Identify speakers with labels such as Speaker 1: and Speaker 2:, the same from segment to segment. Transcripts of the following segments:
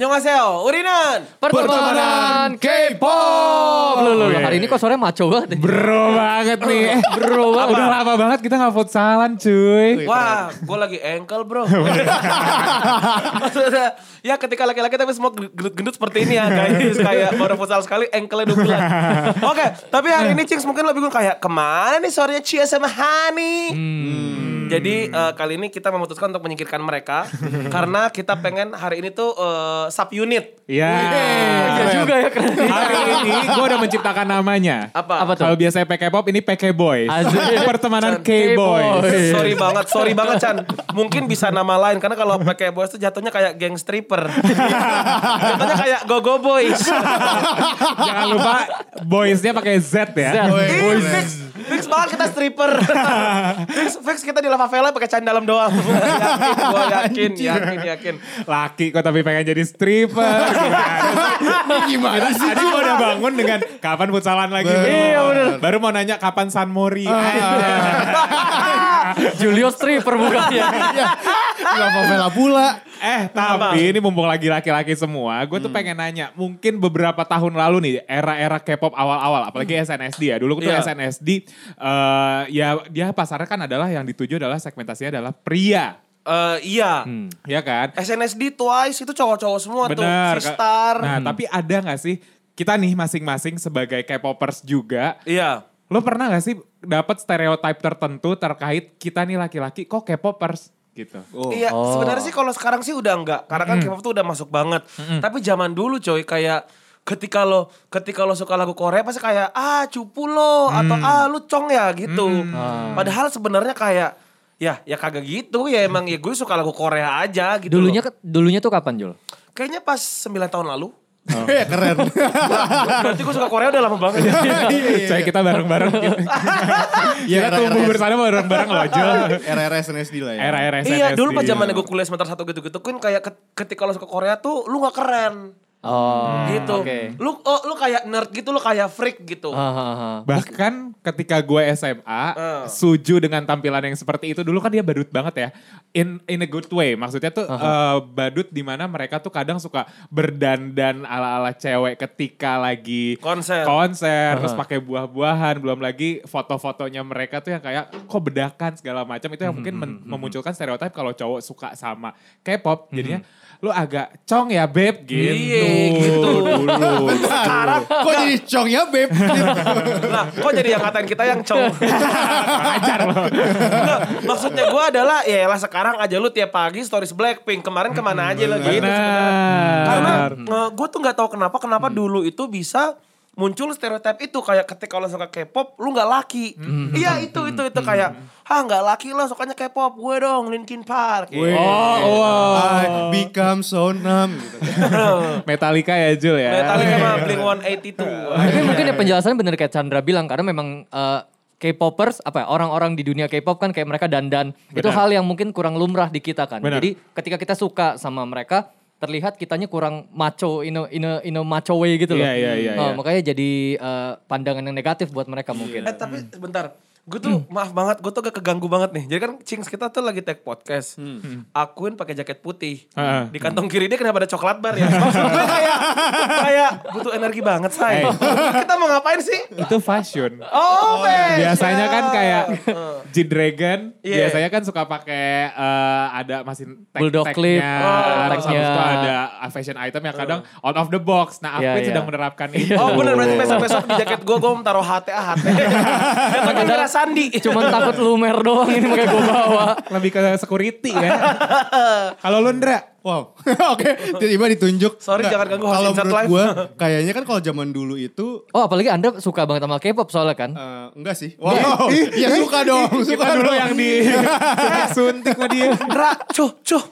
Speaker 1: 안녕하세요. 우리는
Speaker 2: Pertemanan K-pop.
Speaker 3: Loh, loh,
Speaker 2: Weh.
Speaker 3: hari ini kok sore maco
Speaker 2: Iya,
Speaker 3: banget.
Speaker 2: Bro banget nih. Eh,
Speaker 3: Bro banget.
Speaker 2: Udah lama banget kita nggak futsalan cuy.
Speaker 1: wah, gue lagi engkel bro. Maksudnya, ya ketika laki-laki tapi semua gendut-gendut seperti ini ya guys. Kayak baru futsal sekali engkelnya dua bulan. Oke, tapi hari ini Cings mungkin lebih gue kayak kemana nih sorenya Cia sama Hani. Jadi eh, kali ini kita memutuskan untuk menyingkirkan mereka karena kita pengen hari ini tuh eh, sub unit.
Speaker 2: Iya.
Speaker 3: Iya juga ya keren.
Speaker 2: Hari ini gue udah menciptakan namanya.
Speaker 1: Apa?
Speaker 3: Apa tuh?
Speaker 2: Kalau biasanya PK Pop ini PK Boy.
Speaker 3: Asik.
Speaker 2: Pertemanan
Speaker 1: Chan.
Speaker 2: K-boy.
Speaker 3: K-boy.
Speaker 2: Iya.
Speaker 1: Sorry banget, sorry banget Chan. Mungkin bisa nama lain karena kalau pakai boys tuh jatuhnya kayak geng stripper. jatuhnya kayak gogo boys.
Speaker 2: Jangan lupa boysnya pakai Z ya.
Speaker 3: Z.
Speaker 1: Ih, fix, fix banget kita stripper. fix, fix kita di La Favela pakai Chan dalam doang. Gue yakin, yakin, yakin.
Speaker 2: Laki kok tapi pengen jadi stripper.
Speaker 4: Gimana
Speaker 2: Gimana?
Speaker 4: sih?
Speaker 2: Tadi gua udah bangun dengan kapan futsalan lagi.
Speaker 4: Bener.
Speaker 2: Iya bener. Ah. Baru mau nanya kapan San Mori.
Speaker 3: Julio Stripper bukannya.
Speaker 4: Kenapa Vela pula?
Speaker 2: Eh tapi ini mumpung lagi laki-laki semua, gue tuh pengen nanya, mungkin beberapa tahun lalu nih era-era K-pop awal-awal, apalagi SNSD ya. Dulu tuh
Speaker 1: Iya.
Speaker 2: SNSD, eh, ya dia pasarnya kan adalah yang dituju adalah segmentasinya adalah pria,
Speaker 1: Eh, iya.
Speaker 2: ya kan?
Speaker 1: SNSD Twice itu cowok-cowok semua
Speaker 2: Bener.
Speaker 1: tuh. Sistar.
Speaker 2: Nah tapi ada nggak sih kita nih masing-masing sebagai K-popers juga,
Speaker 1: Iya.
Speaker 2: lo pernah nggak sih dapat stereotype tertentu terkait kita nih laki-laki kok K-popers gitu?
Speaker 3: Oh.
Speaker 1: Iya, sebenarnya sih kalau sekarang sih udah enggak. Karena kan K-pop tuh udah masuk banget. Tapi zaman dulu coy kayak ketika lo ketika lo suka lagu Korea pasti kayak ah cupu lo
Speaker 3: Mm.
Speaker 1: atau ah lu cong ya gitu.
Speaker 3: Ah.
Speaker 1: Padahal sebenarnya kayak ya ya kagak gitu ya emang ya gue suka lagu Korea aja gitu.
Speaker 3: Dulunya
Speaker 1: loh.
Speaker 3: ke- dulunya tuh kapan, Jul?
Speaker 1: kayaknya pas 9 tahun lalu.
Speaker 2: Oh.
Speaker 4: Ya keren.
Speaker 1: Berarti gue suka Korea udah lama banget. ya.
Speaker 2: Iya,
Speaker 4: Iya,
Speaker 2: Coy kita bareng-bareng gitu.
Speaker 4: Ya
Speaker 2: kita tumbuh
Speaker 4: RRS.
Speaker 2: bersama bareng-bareng loh
Speaker 4: Iya.
Speaker 2: Jol.
Speaker 4: RRS SNSD lah ya.
Speaker 2: Era-era SNSD.
Speaker 1: iya, dulu pas zaman gue kuliah semester satu gitu-gitu kan kayak ket- ketika lo suka Korea tuh lu nggak keren.
Speaker 3: Oh,
Speaker 1: gitu.
Speaker 3: Oke.
Speaker 1: Lu oh, lu kayak nerd gitu, lu kayak freak gitu.
Speaker 3: Ah, ah, ah.
Speaker 2: Bahkan ketika gue SMA,
Speaker 1: Eh.
Speaker 2: Suju dengan tampilan yang seperti itu dulu kan dia badut banget ya. In in a good way. Maksudnya tuh eh, badut di mana mereka tuh kadang suka berdandan ala-ala cewek ketika lagi
Speaker 1: Konser.
Speaker 2: konser, terus pakai buah-buahan, belum lagi foto-fotonya mereka tuh yang kayak kok bedakan segala macam itu yang mungkin men- memunculkan stereotip kalau cowok suka sama K-pop jadinya lu agak cong ya beb gitu.
Speaker 1: Iya, gitu.
Speaker 2: dulu.
Speaker 1: Sekarang
Speaker 4: Kok jadi cong ya, Beb?
Speaker 1: Nah, kok jadi yang ngatain kita yang cowok?
Speaker 2: Ajar loh.
Speaker 1: Nggak, maksudnya gue adalah, ya lah sekarang aja lu tiap pagi stories Blackpink. Kemarin kemana aja lagi gitu sebenarnya.
Speaker 2: Benar.
Speaker 1: Karena gue tuh nggak tahu kenapa, kenapa
Speaker 2: Hmm.
Speaker 1: dulu itu bisa muncul stereotip itu kayak ketika lo suka K-pop lu nggak laki
Speaker 2: Hmm.
Speaker 1: iya itu itu itu kayak ah nggak laki lo sukanya K-pop gue dong Linkin Park
Speaker 4: Weh.
Speaker 2: Oh, wow.
Speaker 4: I become so numb. Gitu.
Speaker 2: Metallica ya Jul ya.
Speaker 1: Metallica mah Blink 182
Speaker 3: Tapi mungkin ya penjelasannya bener kayak Chandra bilang karena memang eh, K-popers apa ya, orang-orang di dunia K-pop kan kayak mereka dandan itu hal yang mungkin kurang lumrah di kita kan.
Speaker 2: Benar.
Speaker 3: Jadi ketika kita suka sama mereka terlihat kitanya kurang maco in a, in a- in a macho way gitu loh.
Speaker 2: Iya, iya, iya,
Speaker 3: Oh,
Speaker 2: iya.
Speaker 3: makanya jadi eh, pandangan yang negatif buat mereka mungkin.
Speaker 1: Eh tapi sebentar, gue tuh maaf banget, gue tuh agak keganggu banget nih. Jadi kan Cings kita tuh lagi tag podcast. Akuin pakai jaket putih.
Speaker 2: Heeh.
Speaker 1: Di kantong kiri dia kenapa ada coklat bar ya? Maksud gue kayak kayak butuh energi banget, say. kita mau ngapain sih?
Speaker 2: Itu fashion.
Speaker 1: Oh, fashion.
Speaker 2: Biasanya kan kayak G-Dragon,
Speaker 1: Iya.
Speaker 2: biasanya kan suka pakai eh, ada masih tag
Speaker 3: Bulldog clip,
Speaker 1: oh,
Speaker 2: terus habis itu
Speaker 3: tagnya.
Speaker 2: ada fashion item yang kadang out of the box. Nah,
Speaker 3: Iya,
Speaker 2: Aquin
Speaker 3: iya.
Speaker 2: sedang menerapkan itu.
Speaker 1: Oh bener berarti besok-besok di jaket gue, gue taruh HTA, HTA. Dan pakai merah sandi.
Speaker 3: Cuman takut lumer doang ini makanya gue bawa.
Speaker 2: Lebih ke security ya. Kalau lu Ndra,
Speaker 4: Wow, oke. Tiba-tiba ditunjuk.
Speaker 1: Sorry, jangan ganggu host
Speaker 4: Kalau
Speaker 1: Insert
Speaker 4: menurut
Speaker 1: Live.
Speaker 4: gue, kayaknya kan kalau zaman dulu itu
Speaker 3: Oh apalagi anda suka banget sama K-pop soalnya kan?
Speaker 4: eh, enggak sih. Wow, ya suka dong, suka
Speaker 2: Iya. kita dulu
Speaker 4: dong.
Speaker 2: yang di suntik sama dia.
Speaker 1: Ra, cuh, cuh.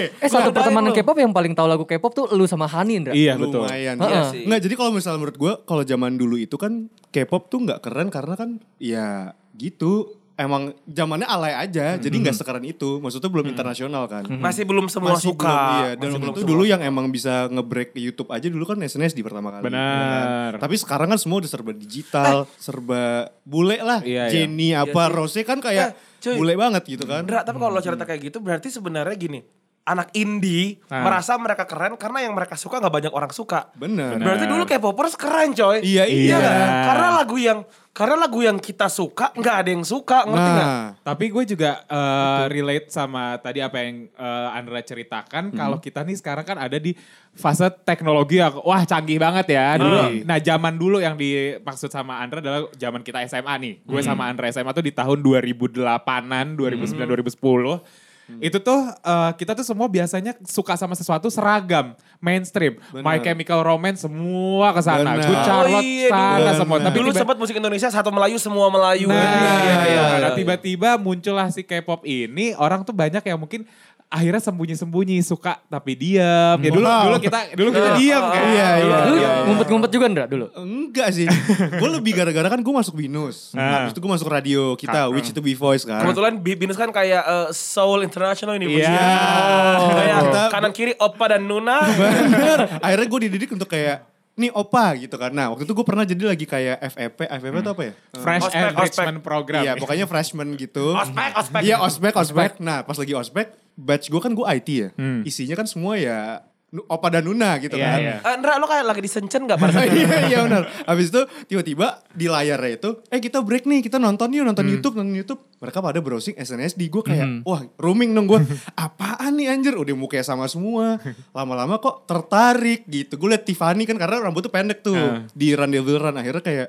Speaker 3: eh satu
Speaker 1: Godain
Speaker 3: pertemanan
Speaker 1: lu.
Speaker 3: K-pop yang paling tahu lagu K-pop tuh lu sama Hani Indra.
Speaker 2: Iya, betul.
Speaker 4: Lumayan.
Speaker 1: Iya
Speaker 4: Heeh.
Speaker 1: sih.
Speaker 4: Nggak, jadi kalau misalnya menurut gue, kalau zaman dulu itu kan K-pop tuh nggak keren karena kan ya gitu. Emang zamannya alay
Speaker 2: Hmm.
Speaker 4: aja, jadi nggak sekeren itu. Maksudnya belum internasional kan.
Speaker 1: Masih belum semua
Speaker 4: Masih
Speaker 1: suka.
Speaker 4: belum, iya.
Speaker 1: Masih
Speaker 4: Dan waktu
Speaker 1: belum
Speaker 4: itu
Speaker 1: semua.
Speaker 4: dulu yang emang bisa nge-break YouTube aja dulu kan SNSD pertama kali.
Speaker 2: Benar.
Speaker 4: ya kan? Tapi sekarang kan semua udah serba digital,
Speaker 1: Eh.
Speaker 4: serba bule lah.
Speaker 2: Iya, iya.
Speaker 4: Jenny apa, Rose kan kayak
Speaker 1: Eh, cuy.
Speaker 4: bule banget gitu
Speaker 2: Hmm.
Speaker 4: kan.
Speaker 1: Ndra, tapi kalau lo cerita kayak gitu berarti sebenarnya gini. anak indie
Speaker 2: Ah.
Speaker 1: merasa mereka keren karena yang mereka suka nggak banyak orang suka.
Speaker 4: Bener.
Speaker 1: Berarti dulu K-popers keren coy.
Speaker 4: Iya, iya.
Speaker 1: nggak? Karena lagu yang karena lagu yang kita suka nggak ada yang suka ngerti nggak?
Speaker 4: Nah,
Speaker 2: Tapi gue juga eh, relate sama tadi apa yang eh, Andra ceritakan. Kalau kita nih sekarang kan ada di fase teknologi yang wah canggih banget ya. Dulu, nah zaman dulu yang dimaksud sama Andra adalah zaman kita SMA nih. Gue sama Andra SMA tuh di tahun 2008-an, 2009, 2010. Itu tuh eh, kita tuh semua biasanya suka sama sesuatu seragam, mainstream. My
Speaker 4: Benar.
Speaker 2: Chemical Romance semua ke sana.
Speaker 4: Benar.
Speaker 2: Good Charlotte
Speaker 1: Oh iya,
Speaker 2: sana
Speaker 4: dulu.
Speaker 2: semua. Tapi
Speaker 1: dulu
Speaker 2: tiba-
Speaker 1: sempat musik Indonesia satu Melayu semua Melayu.
Speaker 2: Nah,
Speaker 1: Iya, iya,
Speaker 2: karena
Speaker 1: iya.
Speaker 2: tiba-tiba muncullah si K-pop ini, orang tuh banyak yang mungkin akhirnya sembunyi-sembunyi suka tapi diam. Ya dulu
Speaker 4: Wow.
Speaker 2: dulu kita dulu kita diam
Speaker 1: Ah,
Speaker 2: kan.
Speaker 4: Iya,
Speaker 2: Dulu
Speaker 4: iya,
Speaker 3: Lu
Speaker 2: diam.
Speaker 3: ngumpet-ngumpet juga Ndra dulu?
Speaker 4: enggak sih. gue lebih gara-gara kan gue masuk Binus.
Speaker 2: Ah.
Speaker 4: Habis itu gue masuk radio kita, which to be voice kan.
Speaker 1: Kebetulan Bi- Binus kan kayak eh, Soul International ini.
Speaker 2: Iya. Oh.
Speaker 1: Kayak
Speaker 4: Kita-
Speaker 1: kanan kiri Oppa dan Nuna.
Speaker 4: Bener. Akhirnya gue dididik untuk kayak nih opa gitu kan. Nah waktu itu gue pernah jadi lagi kayak FEP, FEP itu apa ya?
Speaker 2: Fresh
Speaker 1: Ospek,
Speaker 2: Enrichment Program.
Speaker 4: Iya pokoknya freshman gitu.
Speaker 1: ospek, ospek.
Speaker 4: Iya ospek, ospek. Nah pas lagi ospek, batch gue kan gue IT ya. Isinya kan semua ya nu- opa dan nuna
Speaker 2: Hmm.
Speaker 4: gitu
Speaker 2: Iya,
Speaker 4: kan.
Speaker 2: iya.
Speaker 1: Eh, Ndra, lo kayak lagi disencen gak pada saat itu?
Speaker 4: Iya iya benar. Habis itu tiba-tiba di layarnya itu, eh kita break nih, kita nonton yuk, nonton YouTube, nonton YouTube. Mereka pada browsing SNSD, gue kayak, wah roaming dong gue. Apaan nih anjir, udah mukanya sama semua. Lama-lama kok tertarik gitu. Gue liat Tiffany kan karena rambut tuh pendek tuh di Rendezvous Run. Akhirnya kayak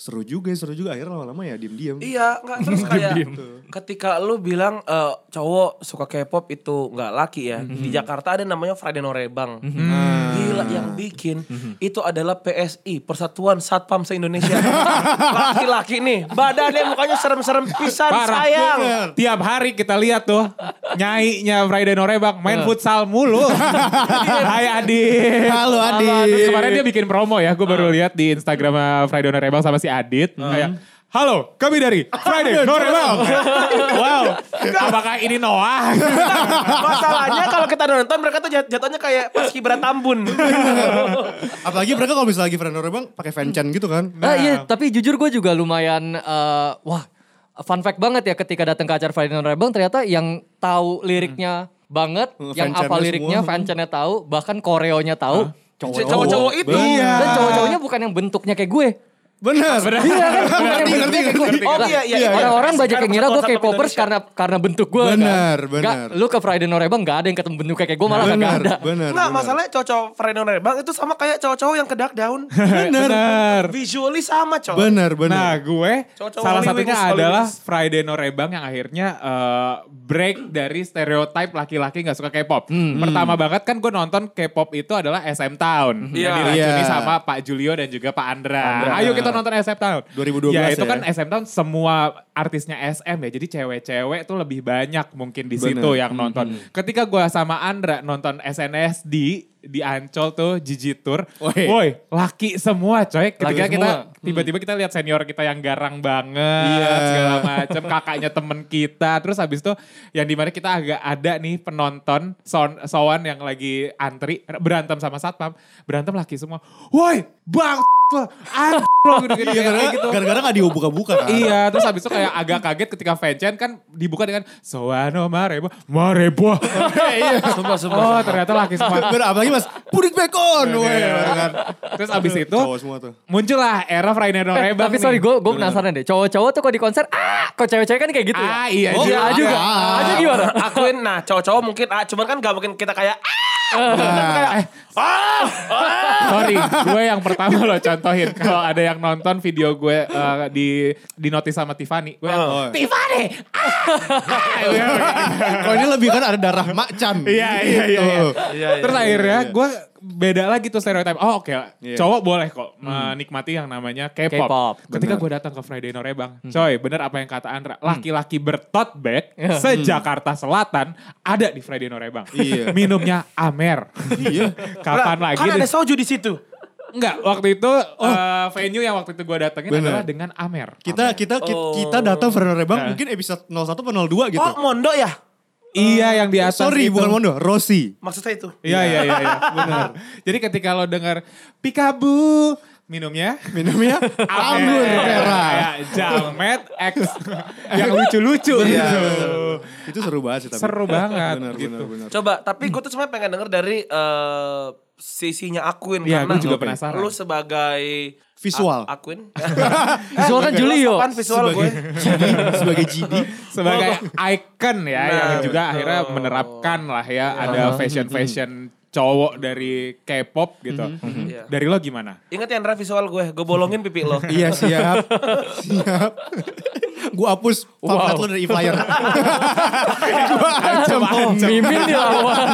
Speaker 4: seru juga, seru juga. Akhirnya lama-lama ya diem-diem.
Speaker 1: Iya, enggak terus kayak ketika lu bilang eh, cowok suka K-pop itu nggak laki ya. Di Jakarta ada namanya Friday Norebang.
Speaker 4: Ah.
Speaker 1: Gila yang bikin itu adalah PSI, Persatuan Satpam se-Indonesia. Laki-laki nih, badannya mukanya serem-serem pisan
Speaker 2: Parah.
Speaker 1: Kan sayang.
Speaker 4: Bener.
Speaker 2: Tiap hari kita lihat tuh nyainya Friday Norebang main futsal mulu. Hai Adit.
Speaker 4: Halo
Speaker 2: Terus
Speaker 4: Adi.
Speaker 2: kemarin dia bikin promo ya, gue baru lihat di Instagram Friday Norebang sama si Adit. Kayak, halo kami dari Friday Norebang. wow, apakah ini Noah?
Speaker 1: Masalahnya kalau kita nonton mereka tuh jat- jatuhnya kayak paskibra Tambun.
Speaker 4: Apalagi mereka kalau misalnya lagi friend bang pakai fanchan gitu kan.
Speaker 3: Ah, iya, tapi jujur gue juga lumayan eh, wah fun fact banget ya ketika datang ke acara Friday Night Rebang ternyata yang tahu liriknya banget,
Speaker 4: Hmm,
Speaker 3: yang apa
Speaker 4: fanchannya
Speaker 3: liriknya,
Speaker 4: semua.
Speaker 3: fancannya tahu, bahkan koreonya tahu.
Speaker 1: Cowok-cowok itu.
Speaker 2: Iya.
Speaker 3: Dan cowok-cowoknya bukan yang bentuknya kayak gue.
Speaker 4: Bener.
Speaker 3: Iya kan? bukan yang
Speaker 4: Ngerti, ngerti,
Speaker 3: bentuknya kayak gue.
Speaker 4: ngerti.
Speaker 1: Oh, iya, iya, iya.
Speaker 3: Orang-orang banyak yang ngira gue
Speaker 1: Persatuan Satpam
Speaker 3: K-popers
Speaker 1: Indonesia.
Speaker 3: karena karena bentuk gue kan.
Speaker 4: Benar,
Speaker 3: Nggak,
Speaker 4: benar.
Speaker 3: lu ke Friday Night Rebang gak ada yang ketemu bentuknya kayak gue malah gak
Speaker 4: Bener,
Speaker 3: ada.
Speaker 4: bener.
Speaker 1: Enggak,
Speaker 4: bener.
Speaker 1: masalahnya cowok-cowok Friday Norebang itu sama kayak cowok-cowok yang kedak daun.
Speaker 2: Bener.
Speaker 1: Visually sama, cowok.
Speaker 4: Bener, bener.
Speaker 2: Nah gue
Speaker 1: Cowok-cowok
Speaker 2: salah
Speaker 1: Holy
Speaker 2: satunya
Speaker 1: Wings, Holy
Speaker 2: adalah
Speaker 1: Wings.
Speaker 2: Friday Norebang yang akhirnya eh, break dari stereotype laki-laki gak suka K-pop.
Speaker 4: Hmm.
Speaker 2: Pertama banget kan gue nonton K-pop itu adalah SM Town.
Speaker 1: Iya.
Speaker 2: Yang diracuni
Speaker 4: Iya.
Speaker 2: sama Pak Julio dan juga Pak Andra. Ayo kita nonton SM Town.
Speaker 4: 2012
Speaker 2: ya. itu
Speaker 4: ya.
Speaker 2: kan SM Town semua artisnya SM ya. Jadi cewek-cewek tuh lebih banyak mungkin di
Speaker 4: Bener. Hmm.
Speaker 2: situ yang nonton. Ketika gue sama Andra nonton SNSD di Ancol tuh Gigi Tour.
Speaker 4: Woi.
Speaker 2: Woi laki semua coy. Ketika
Speaker 3: Laki
Speaker 2: kita
Speaker 3: semua.
Speaker 2: tiba-tiba kita lihat senior kita yang garang banget
Speaker 4: Hmm. Iya.
Speaker 2: segala macam kakaknya temen kita terus habis itu yang dimana kita agak ada nih penonton son sowan yang lagi antri berantem sama satpam berantem laki semua woi bang lo anjing lo gitu-gitu
Speaker 4: Iya,
Speaker 2: kayak
Speaker 4: gara-gara
Speaker 2: gitu.
Speaker 4: gara-gara gak dibuka-buka kan.
Speaker 2: Iya, terus habis itu kayak agak kaget ketika Vincent kan dibuka dengan Soano Marebo, Marebo.
Speaker 1: Sumpah, sumpah.
Speaker 2: oh ternyata laki semua. Iya.
Speaker 4: Bener, apalagi mas, put it back on. Weh, bener kan.
Speaker 2: Terus abis itu
Speaker 4: Cowok semua tuh.
Speaker 2: muncullah era Friday Night
Speaker 3: Eh,
Speaker 2: Rebang
Speaker 3: tapi
Speaker 2: nih.
Speaker 3: sorry gue gue penasaran deh cowok-cowok tuh kok di konser ah kok cewek-cewek kan kayak gitu ya
Speaker 2: Ah, iya
Speaker 3: oh,
Speaker 2: juga.
Speaker 3: iya juga
Speaker 4: Ah.
Speaker 3: aja gimana
Speaker 1: Akuin, nah cowok-cowok mungkin, ah, cuman kan gak mungkin kita kayak, ah,
Speaker 2: Eh, sorry, gue yang pertama lo contohin kalau ada yang nonton video gue eh, di di notis sama Tiffany, gue yang,
Speaker 4: Oh.
Speaker 2: Tiffany.
Speaker 4: Kalau ini lebih kan ada darah macan.
Speaker 2: Iya iya iya. iya.
Speaker 1: Iya, iya,
Speaker 2: Terus
Speaker 1: iya,
Speaker 2: akhirnya
Speaker 4: iya.
Speaker 2: gue beda lagi tuh stereotip. Oh oke,
Speaker 4: Iya.
Speaker 2: cowok boleh kok menikmati yang namanya K-pop.
Speaker 3: K-pop,
Speaker 2: Ketika
Speaker 4: benar.
Speaker 2: gue datang ke Friday Norebang, coy, bener apa yang kata Andra, laki-laki bertot bag se Jakarta Selatan ada di Friday Norebang.
Speaker 4: Iya.
Speaker 2: Minumnya Amer. Iya. Kapan
Speaker 1: Lah,
Speaker 2: lagi?
Speaker 1: Kan
Speaker 2: di-
Speaker 1: ada soju di situ.
Speaker 2: Enggak, waktu itu eh, venue yang waktu itu gue datengin
Speaker 4: Bener.
Speaker 2: adalah dengan Amer.
Speaker 4: Kita kita ki-
Speaker 2: Oh.
Speaker 4: kita datang Fernando
Speaker 2: Nah.
Speaker 4: Rebang mungkin episode 01 atau 02 gitu.
Speaker 1: Oh, Mondo ya?
Speaker 2: Iya yang di atas
Speaker 4: Sorry,
Speaker 2: itu.
Speaker 4: bukan Mondo, Rossi.
Speaker 1: Maksud saya itu.
Speaker 2: Iya, iya, iya. iya. Bener. Jadi ketika lo denger Pikabu, minumnya
Speaker 4: Minumnya anggur
Speaker 2: Amer.
Speaker 4: merah.
Speaker 2: Ya, Jalmet X yang lucu-lucu
Speaker 4: Iya,
Speaker 2: gitu.
Speaker 4: betul. Itu seru banget sih tapi.
Speaker 2: Seru banget
Speaker 4: Benar,
Speaker 2: gitu.
Speaker 4: benar, benar.
Speaker 1: Coba, tapi gue tuh sebenarnya pengen denger dari eh, sisinya Akuin
Speaker 2: Iya,
Speaker 1: karena
Speaker 2: gue juga
Speaker 1: lu-
Speaker 2: penasaran.
Speaker 1: Lu sebagai
Speaker 4: Visual.
Speaker 1: A- Akuin.
Speaker 3: Visual kan Julio.
Speaker 1: Apaan visual gue?
Speaker 4: sebagai GD, sebagai GD.
Speaker 2: Sebagai icon ya
Speaker 1: Nah,
Speaker 2: yang juga
Speaker 1: betul.
Speaker 2: akhirnya menerapkan lah ya ada fashion-fashion cowok dari K-pop gitu.
Speaker 1: Iya.
Speaker 2: Dari lo gimana?
Speaker 1: Ingat ya Andra visual gue, gue bolongin pipi lo.
Speaker 4: Iya siap. siap. gua hapus pamflet lo dari e-flyer. gua ancam.
Speaker 3: Mimin dilawan.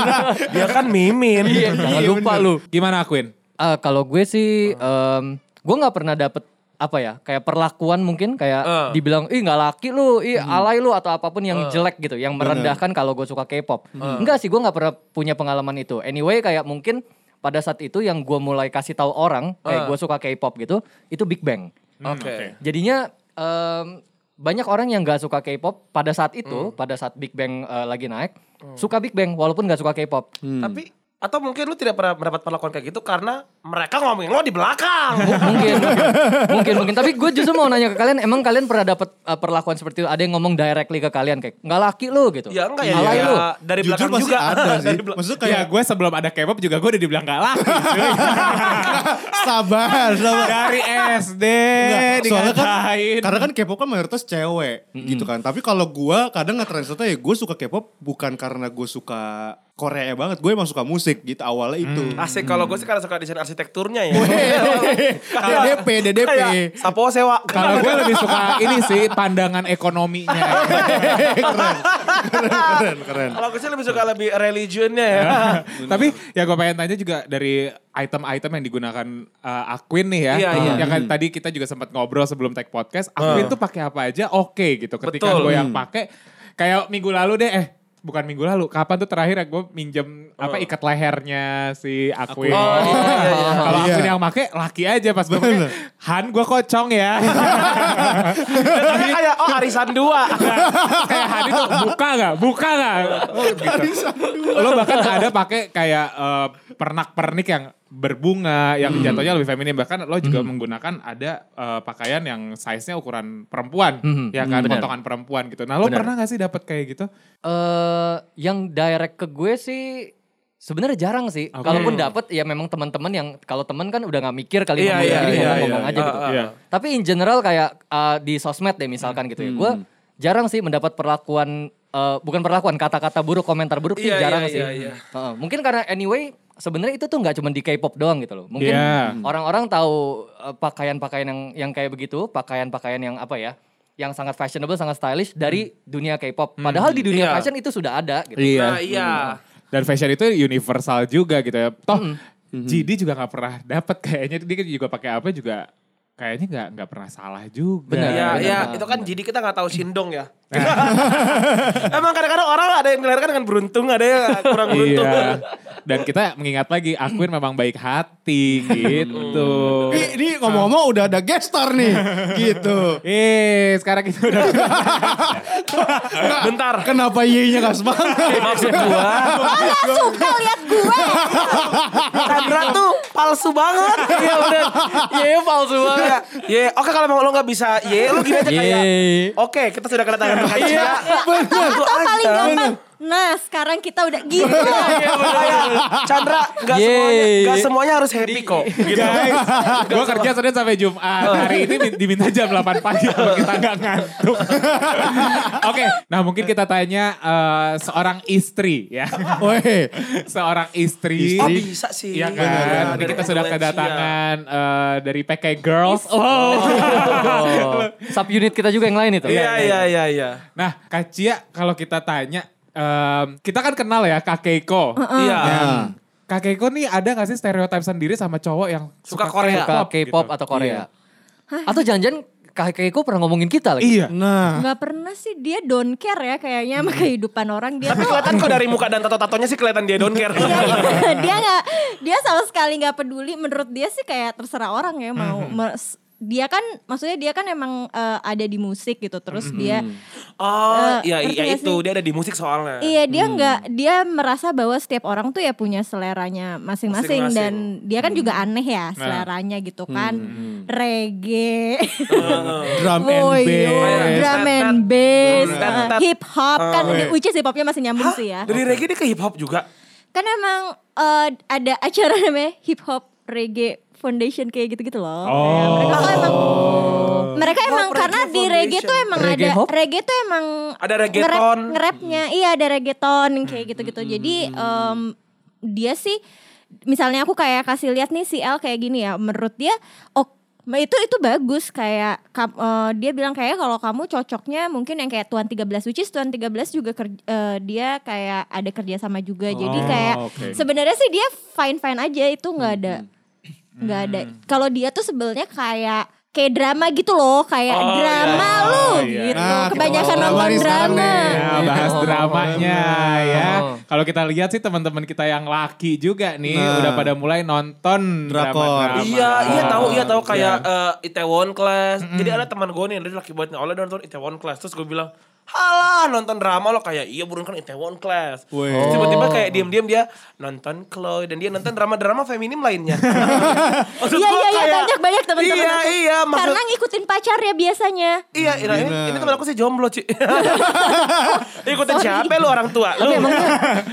Speaker 1: Dia kan mimin.
Speaker 3: Iya, jangan lupa lu.
Speaker 2: Gimana Queen?
Speaker 3: Ah, kalau gue sih,
Speaker 1: Hmm.
Speaker 3: em, gue nggak pernah dapet apa ya, kayak perlakuan mungkin kayak
Speaker 1: Eh. Hmm.
Speaker 3: dibilang, ih nggak laki lu, ih alay lu atau apapun yang jelek gitu, yang merendahkan kalau gue suka K-pop.
Speaker 1: Hmm.
Speaker 3: Enggak sih, gue nggak pernah punya pengalaman itu. Anyway, kayak mungkin pada saat itu yang gue mulai kasih tahu orang
Speaker 1: Eh.
Speaker 3: kayak gue suka K-pop gitu, itu Big Bang.
Speaker 1: Oke.
Speaker 3: Jadinya em, banyak orang yang nggak suka K-pop pada saat
Speaker 1: Hmm.
Speaker 3: itu, pada saat Big Bang eh, lagi naik, suka Big Bang walaupun nggak suka K-pop.
Speaker 1: Tapi atau mungkin lu tidak pernah mendapat perlakuan kayak gitu karena mereka ngomongin lo di belakang.
Speaker 3: mungkin mungkin mungkin tapi gue justru mau nanya ke kalian emang kalian pernah dapat uh, perlakuan seperti itu ada yang ngomong directly ke kalian kayak nggak laki lu gitu
Speaker 1: ya enggak ya,
Speaker 3: alay
Speaker 1: ya,
Speaker 3: lu
Speaker 1: dari
Speaker 4: Jujur
Speaker 1: belakang
Speaker 4: pasti
Speaker 1: juga.
Speaker 4: ada sih.
Speaker 1: Dari belakang.
Speaker 4: Maksudnya
Speaker 2: Ya
Speaker 4: kayak
Speaker 2: gue sebelum ada K-pop juga gue udah dibilang gak laki. cuy.
Speaker 4: sabar, sabar.
Speaker 2: Dari SD
Speaker 4: Enggak, soalnya kan
Speaker 2: dikatain.
Speaker 4: karena kan K-pop kan mayoritas cewek gitu kan. Tapi kalau gua kadang nge-translate ya gue suka K-pop bukan karena gue suka Korea banget. Gue emang suka musik gitu awalnya itu.
Speaker 1: Asik kalau gue sih karena suka desain arsitekturnya ya.
Speaker 2: Iya.
Speaker 4: DDP,
Speaker 1: Kayak
Speaker 4: DDP.
Speaker 1: Sapo sewa.
Speaker 2: Kalau gue lebih suka ini sih pandangan ekonominya.
Speaker 4: keren, keren.
Speaker 1: Kalau gue sih lebih suka lebih religionnya ya.
Speaker 2: Tapi ya gue pengen tanya juga dari item-item yang digunakan uh, Aquin nih ya.
Speaker 1: Iya, iya. Hmm.
Speaker 2: Yang kan tadi kita juga sempat ngobrol sebelum tag podcast. Aquin tuh pakai apa aja oke gitu. Ketika
Speaker 1: Betul. Hmm.
Speaker 2: gue yang pakai kayak minggu lalu deh eh bukan minggu lalu kapan tuh terakhir gue minjem apa ikat lehernya si Aquin.
Speaker 1: Oh, iya, iya, iya.
Speaker 2: Kalau
Speaker 4: Iya.
Speaker 2: Aquin yang pakai laki aja pas gue pakai
Speaker 4: Bener.
Speaker 2: Han gue kocong ya.
Speaker 1: Tapi kayak oh arisan dua.
Speaker 2: kayak Hadi tuh buka nggak buka nggak Oh, gitu. lo bahkan ada pakai kayak pernak pernik yang berbunga
Speaker 3: Hmm.
Speaker 2: yang jatuhnya lebih feminim bahkan lo juga menggunakan ada eh, pakaian yang size nya ukuran perempuan
Speaker 3: Hmm,
Speaker 2: ya kan
Speaker 3: hmm, benar.
Speaker 2: potongan perempuan gitu nah lo
Speaker 3: Benar.
Speaker 2: pernah nggak sih dapat kayak gitu
Speaker 3: Eh, yang direct ke gue sih sebenarnya jarang sih
Speaker 2: Oke.
Speaker 3: kalaupun dapat ya memang teman-teman yang kalau teman kan udah nggak mikir kali
Speaker 1: Iya,
Speaker 3: ngomong
Speaker 1: iya,
Speaker 3: jadi
Speaker 1: iya,
Speaker 3: ngomong,
Speaker 1: iya.
Speaker 3: ngomong aja
Speaker 1: Ah,
Speaker 3: gitu
Speaker 1: ah,
Speaker 2: Iya.
Speaker 3: tapi in general kayak uh, di sosmed deh misalkan gitu ya gue jarang sih mendapat perlakuan eh, bukan perlakuan kata-kata buruk komentar buruk sih
Speaker 1: Iya,
Speaker 3: jarang
Speaker 1: iya,
Speaker 3: sih
Speaker 1: iya, iya.
Speaker 3: Heeh, mungkin karena anyway sebenarnya itu tuh nggak cuma di K-pop doang gitu loh mungkin
Speaker 2: Iya.
Speaker 3: orang-orang tahu eh, pakaian-pakaian yang yang kayak begitu pakaian-pakaian yang apa ya yang sangat fashionable sangat stylish dari dunia K-pop padahal di dunia
Speaker 1: Hmm. Iya.
Speaker 3: fashion itu sudah ada gitu
Speaker 1: Nah, iya.
Speaker 2: dan fashion itu universal juga gitu ya toh
Speaker 3: Hmm.
Speaker 2: Jadi juga nggak pernah dapat kayaknya dia juga pakai apa juga kayaknya nggak nggak pernah salah juga
Speaker 3: Benar.
Speaker 1: Iya,
Speaker 3: benar,
Speaker 1: iya.
Speaker 3: benar.
Speaker 1: Itu kan jadi kita nggak tahu sindong ya. Emang kadang-kadang orang ada yang dilahirkan dengan beruntung, ada yang kurang beruntung.
Speaker 2: Iya. Dan kita mengingat lagi, Aquin memang baik hati
Speaker 3: Hmm.
Speaker 2: gitu.
Speaker 4: Ih, ini ngomong-ngomong udah ada guest star nih gitu.
Speaker 2: Eh, sekarang kita udah
Speaker 1: Bentar.
Speaker 4: Kenapa Y-nya gak semangat?
Speaker 1: Maksud gua.
Speaker 5: suka lihat gue.
Speaker 1: Kadra tuh palsu banget. Iya udah.
Speaker 3: Iya palsu banget.
Speaker 1: Iya. Ye, oke kalau emang lo gak bisa ye, lo gini aja
Speaker 5: Iya.
Speaker 1: kayak.
Speaker 3: Ye.
Speaker 1: Oke, kita sudah kena tangan tangan Iya,
Speaker 5: Atau paling gampang. Nah sekarang kita udah gitu.
Speaker 1: Iya, Chandra, gak
Speaker 5: Iya,
Speaker 3: Ye.
Speaker 1: semuanya, gak semuanya harus happy kok. Gitu.
Speaker 2: guys. Gue kerja Senin sampai Jumat. Hari ini min- diminta jam 8 pagi kalau kita nggak ngantuk. Oke, nah mungkin kita tanya eh, seorang istri ya.
Speaker 4: Woi,
Speaker 2: seorang istri.
Speaker 1: Oh bisa sih.
Speaker 2: Iya
Speaker 1: Bener, bener,
Speaker 2: kan, ini
Speaker 1: bener. Iya.
Speaker 2: kita sudah
Speaker 1: Valencia.
Speaker 2: kedatangan eh, dari PK Girls. Oh.
Speaker 3: Oh, sub unit kita juga yang lain itu.
Speaker 1: Iya, iya, iya, iya.
Speaker 2: Nah, Kak Cia kalau kita tanya, em, kita kan kenal ya Kak Keiko.
Speaker 1: Iya.
Speaker 4: Nah,
Speaker 2: Kak Keiko nih ada gak sih stereotip sendiri sama cowok yang
Speaker 1: Suka Korea. Iya.
Speaker 3: Suka K-pop
Speaker 2: gitu?
Speaker 3: atau Korea. Atau jangan-jangan kakekku pernah ngomongin kita lagi.
Speaker 2: Iya.
Speaker 4: nah,
Speaker 5: Gak pernah sih dia don't care ya kayaknya sama kehidupan orang dia
Speaker 1: Hmm. Tapi
Speaker 5: tuh
Speaker 1: kelihatan kok dari muka dan tato-tatonya sih kelihatan dia don't care.
Speaker 5: Iya, dia nggak dia sama sekali nggak peduli menurut dia sih kayak terserah orang ya
Speaker 1: Hmm. Hmm.
Speaker 5: mau mes- dia kan maksudnya dia kan emang eh, ada di musik gitu terus dia
Speaker 1: Oh,
Speaker 5: Eh,
Speaker 1: iya
Speaker 5: ngerti
Speaker 1: iya
Speaker 5: gak
Speaker 1: itu
Speaker 5: sih?
Speaker 1: dia ada di musik soalnya.
Speaker 5: Iya dia nggak dia merasa bahwa setiap orang tuh ya punya seleranya masing-masing
Speaker 1: Masing-masing.
Speaker 5: dan dia kan juga aneh ya seleranya gitu kan reggae,
Speaker 4: Drum and
Speaker 5: woyo,
Speaker 1: bass.
Speaker 5: drum and
Speaker 1: Tet-tet.
Speaker 5: bass,
Speaker 1: Tet-tet.
Speaker 5: eh, hip hop kan
Speaker 4: Eh.
Speaker 5: ini Uci hip hopnya masih nyambung sih ya.
Speaker 1: Dari Iya. reggae dia ke hip hop juga.
Speaker 5: Kan emang eh, ada acara namanya hip hop reggae foundation kayak gitu-gitu loh. Kayak Mereka tuh emang mereka emang
Speaker 1: reggae
Speaker 5: karena di reggae tuh
Speaker 1: foundation.
Speaker 5: emang
Speaker 3: Reggae
Speaker 5: ada
Speaker 3: hop?
Speaker 5: reggae tuh emang
Speaker 1: Ada
Speaker 5: nge-rap-
Speaker 1: reggaeton.
Speaker 5: nge-rapnya. Iya, ada reggaeton
Speaker 2: Hmm,
Speaker 5: kayak gitu-gitu. Jadi em, dia sih misalnya aku kayak kasih lihat nih si L kayak gini ya. Menurut dia oh ma- itu itu bagus kayak kam- eh, dia bilang kayak kalau kamu cocoknya mungkin yang kayak Tuan 13 which is Tuan 13 juga kerj- eh, dia kayak ada kerjasama juga jadi
Speaker 2: Oh,
Speaker 5: kayak
Speaker 2: oke. Hmm,
Speaker 5: sebenarnya sih dia fine fine aja itu nggak ada nggak ada kalau dia tuh sebelnya kayak kayak drama gitu loh kayak
Speaker 1: Oh,
Speaker 5: drama
Speaker 2: iya.
Speaker 5: lu
Speaker 2: Oh, iya.
Speaker 5: gitu
Speaker 4: Nah, kita bahas
Speaker 5: kebanyakan
Speaker 4: drama
Speaker 5: nonton
Speaker 4: nih sekarang
Speaker 5: drama
Speaker 4: nih.
Speaker 2: Ya, bahas
Speaker 3: Oh.
Speaker 2: dramanya ya.
Speaker 3: Oh.
Speaker 2: Kalau kita lihat sih teman-teman kita yang laki juga nih
Speaker 4: Nah.
Speaker 2: udah pada mulai nonton
Speaker 4: Drakor.
Speaker 2: drama-drama.
Speaker 1: Iya, iya tahu, iya tahu kayak eh, Itaewon Class. Jadi ada teman gue nih, dia laki banget nih, oleh dia nonton Itaewon Class. Terus gue bilang, halah nonton drama lo kayak iya burun kan Itaewon Class.
Speaker 4: Weh.
Speaker 1: Terus Tiba-tiba
Speaker 5: Oh.
Speaker 1: kayak diam-diam dia nonton Chloe dan dia nonton drama-drama feminim lainnya. Maksud
Speaker 5: iya
Speaker 1: gue
Speaker 5: iya iya
Speaker 1: kayak,
Speaker 5: banyak banyak teman-teman
Speaker 1: Iya
Speaker 5: aku.
Speaker 1: iya maksud
Speaker 5: karena ngikutin pacarnya biasanya
Speaker 1: Iya, Ira, ini,
Speaker 4: Bener.
Speaker 1: ini temen aku sih jomblo, Ci. Ikutin siapa lu orang tua? Lu.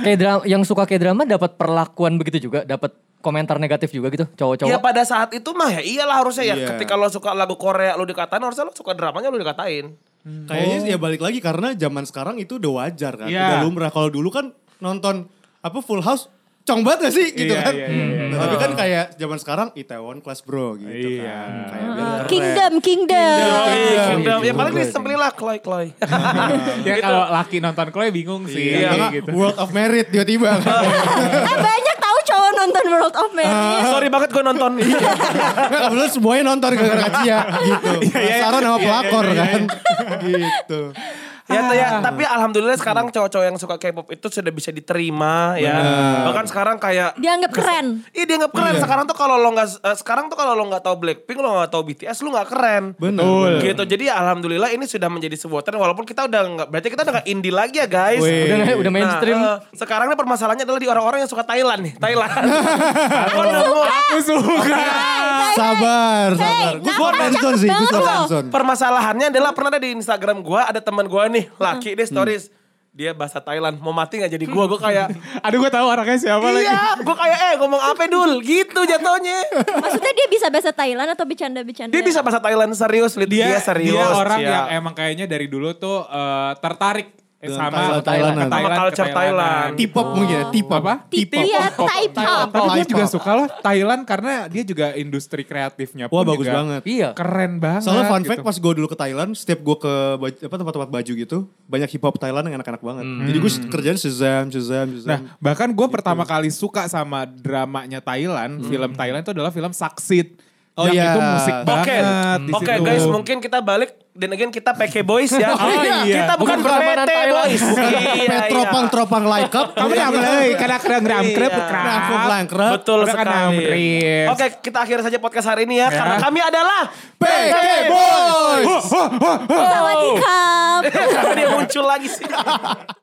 Speaker 3: kayak drama, yang suka kayak drama dapat perlakuan begitu juga, dapat komentar negatif juga gitu
Speaker 1: Ya
Speaker 3: cowok-cowok.
Speaker 1: pada saat itu mah ya iyalah harusnya ya.
Speaker 4: Iya.
Speaker 1: Ketika lo suka lagu Korea lu dikatain, harusnya lo suka dramanya lu dikatain.
Speaker 4: Kayaknya ya balik lagi karena zaman sekarang itu udah wajar kan.
Speaker 2: Oh. Iya.
Speaker 4: Udah lumrah. Kalau dulu kan nonton apa Full House cong banget gak sih gitu
Speaker 2: Iya,
Speaker 4: kan.
Speaker 2: iya, iya, iya.
Speaker 4: Nah, tapi kan kayak zaman sekarang Itaewon Class Bro gitu
Speaker 2: Iya.
Speaker 4: kan. Kayak biar
Speaker 5: Eh,
Speaker 4: keren.
Speaker 5: kingdom kingdom
Speaker 1: Iya,
Speaker 4: Kingdom.
Speaker 1: Kingdom. Ya
Speaker 4: Kingdom.
Speaker 1: paling disembelih lah, Gitu. Chloe, Chloe.
Speaker 2: Ya kalau laki nonton Chloe bingung sih
Speaker 4: Iya,
Speaker 2: kayak
Speaker 4: nggak,
Speaker 2: gitu.
Speaker 4: World of Merit tiba-tiba. kan.
Speaker 5: eh banyak tahu cowok nonton World of Marriage
Speaker 1: Sorry banget gue nonton.
Speaker 4: Nggak, Kebetulan semuanya nonton gara-gara Cia gitu.
Speaker 2: Iya,
Speaker 4: Penasaran sama pelakor kan. Gitu.
Speaker 1: ya, tuh ya, tapi alhamdulillah sekarang cowok-cowok yang suka K-pop itu sudah bisa diterima ya. Bahkan sekarang kayak
Speaker 5: dianggap keren
Speaker 1: Ih dianggap keren. Sekarang tuh kalau lo nggak eh, sekarang tuh kalau lo nggak tahu Blackpink, lo nggak tahu BTS, lo nggak keren.
Speaker 4: Betul.
Speaker 1: Gitu. Jadi alhamdulillah ini sudah menjadi sebuah tren walaupun kita udah nggak berarti kita udah nggak indie lagi ya guys.
Speaker 4: Wih.
Speaker 3: Udah udah
Speaker 1: Nah,
Speaker 3: mainstream.
Speaker 1: eh, sekarang ini permasalahannya adalah di orang-orang yang suka Thailand nih, Thailand. Aku nemu
Speaker 2: Aku suka.
Speaker 4: Sabar, sabar.
Speaker 5: Hey,
Speaker 4: Gue suka
Speaker 5: cakep
Speaker 4: Benson sih, gue
Speaker 5: banget
Speaker 4: suka
Speaker 5: loh.
Speaker 4: Benson.
Speaker 1: permasalahannya adalah pernah ada di Instagram gua ada teman gua nih,
Speaker 2: Hmm.
Speaker 1: laki deh stories. Dia bahasa Thailand, mau mati nggak jadi gua, gua kayak
Speaker 2: Aduh gue tahu orangnya siapa Hmm. lagi.
Speaker 1: Iya, gua kayak eh ngomong apa dul, gitu jatuhnya.
Speaker 5: maksudnya dia bisa bahasa Thailand atau bercanda-bercanda
Speaker 1: Dia bisa bahasa Thailand serius, Lid. dia,
Speaker 2: dia,
Speaker 1: serius. ya.
Speaker 2: dia orang
Speaker 1: Cia.
Speaker 2: yang emang kayaknya dari dulu tuh eh, tertarik eh,
Speaker 4: Dengan
Speaker 2: sama
Speaker 4: Thailand- Thailandan.
Speaker 2: ke
Speaker 1: Sama culture
Speaker 2: Thailandan.
Speaker 1: Thailand.
Speaker 4: T-pop mungkin ya, T-pop.
Speaker 2: Apa?
Speaker 4: T-pop.
Speaker 5: Iya, Thai pop.
Speaker 2: Tapi gue
Speaker 4: Thai
Speaker 2: juga
Speaker 4: pop.
Speaker 2: suka loh Thailand karena dia juga industri kreatifnya
Speaker 4: Wah
Speaker 2: pun
Speaker 4: bagus
Speaker 2: juga
Speaker 1: eh,
Speaker 4: banget.
Speaker 3: Iya.
Speaker 2: Keren banget.
Speaker 4: Soalnya fun fact
Speaker 2: gitu.
Speaker 4: pas gue dulu ke Thailand, setiap gue ke baj- apa tempat-tempat baju gitu, banyak hip hop Thailand yang enak-enak banget. Jadi gue kerjaan Shazam, Shazam, Shazam.
Speaker 2: Nah, bahkan gue
Speaker 4: gitu.
Speaker 2: pertama kali suka sama dramanya Thailand, film Thailand itu adalah film Saksit.
Speaker 4: Hmm. Oh
Speaker 2: yang
Speaker 4: iya.
Speaker 2: itu musik
Speaker 1: Oke,
Speaker 2: banget di
Speaker 1: oke
Speaker 2: situ.
Speaker 1: guys, mungkin kita balik dan again kita PK Boys ya.
Speaker 2: Oh, iya.
Speaker 1: Kita bukan
Speaker 3: Bukan
Speaker 1: PT
Speaker 3: pertemanan Thailand.
Speaker 1: Boys.
Speaker 4: Bukan
Speaker 1: Iya, iya.
Speaker 4: petropang-tropang like up.
Speaker 2: Kamu yang mulai karena kerang gram
Speaker 1: Iya.
Speaker 2: krep
Speaker 4: Nah, aku pelang kerap.
Speaker 1: Betul
Speaker 2: Udah kan
Speaker 1: sekali.
Speaker 2: Amris.
Speaker 1: Oke, kita akhiri saja podcast hari ini ya, karena kami adalah
Speaker 4: PK Boys!
Speaker 5: Sawadikap.
Speaker 1: Kenapa dia muncul lagi sih.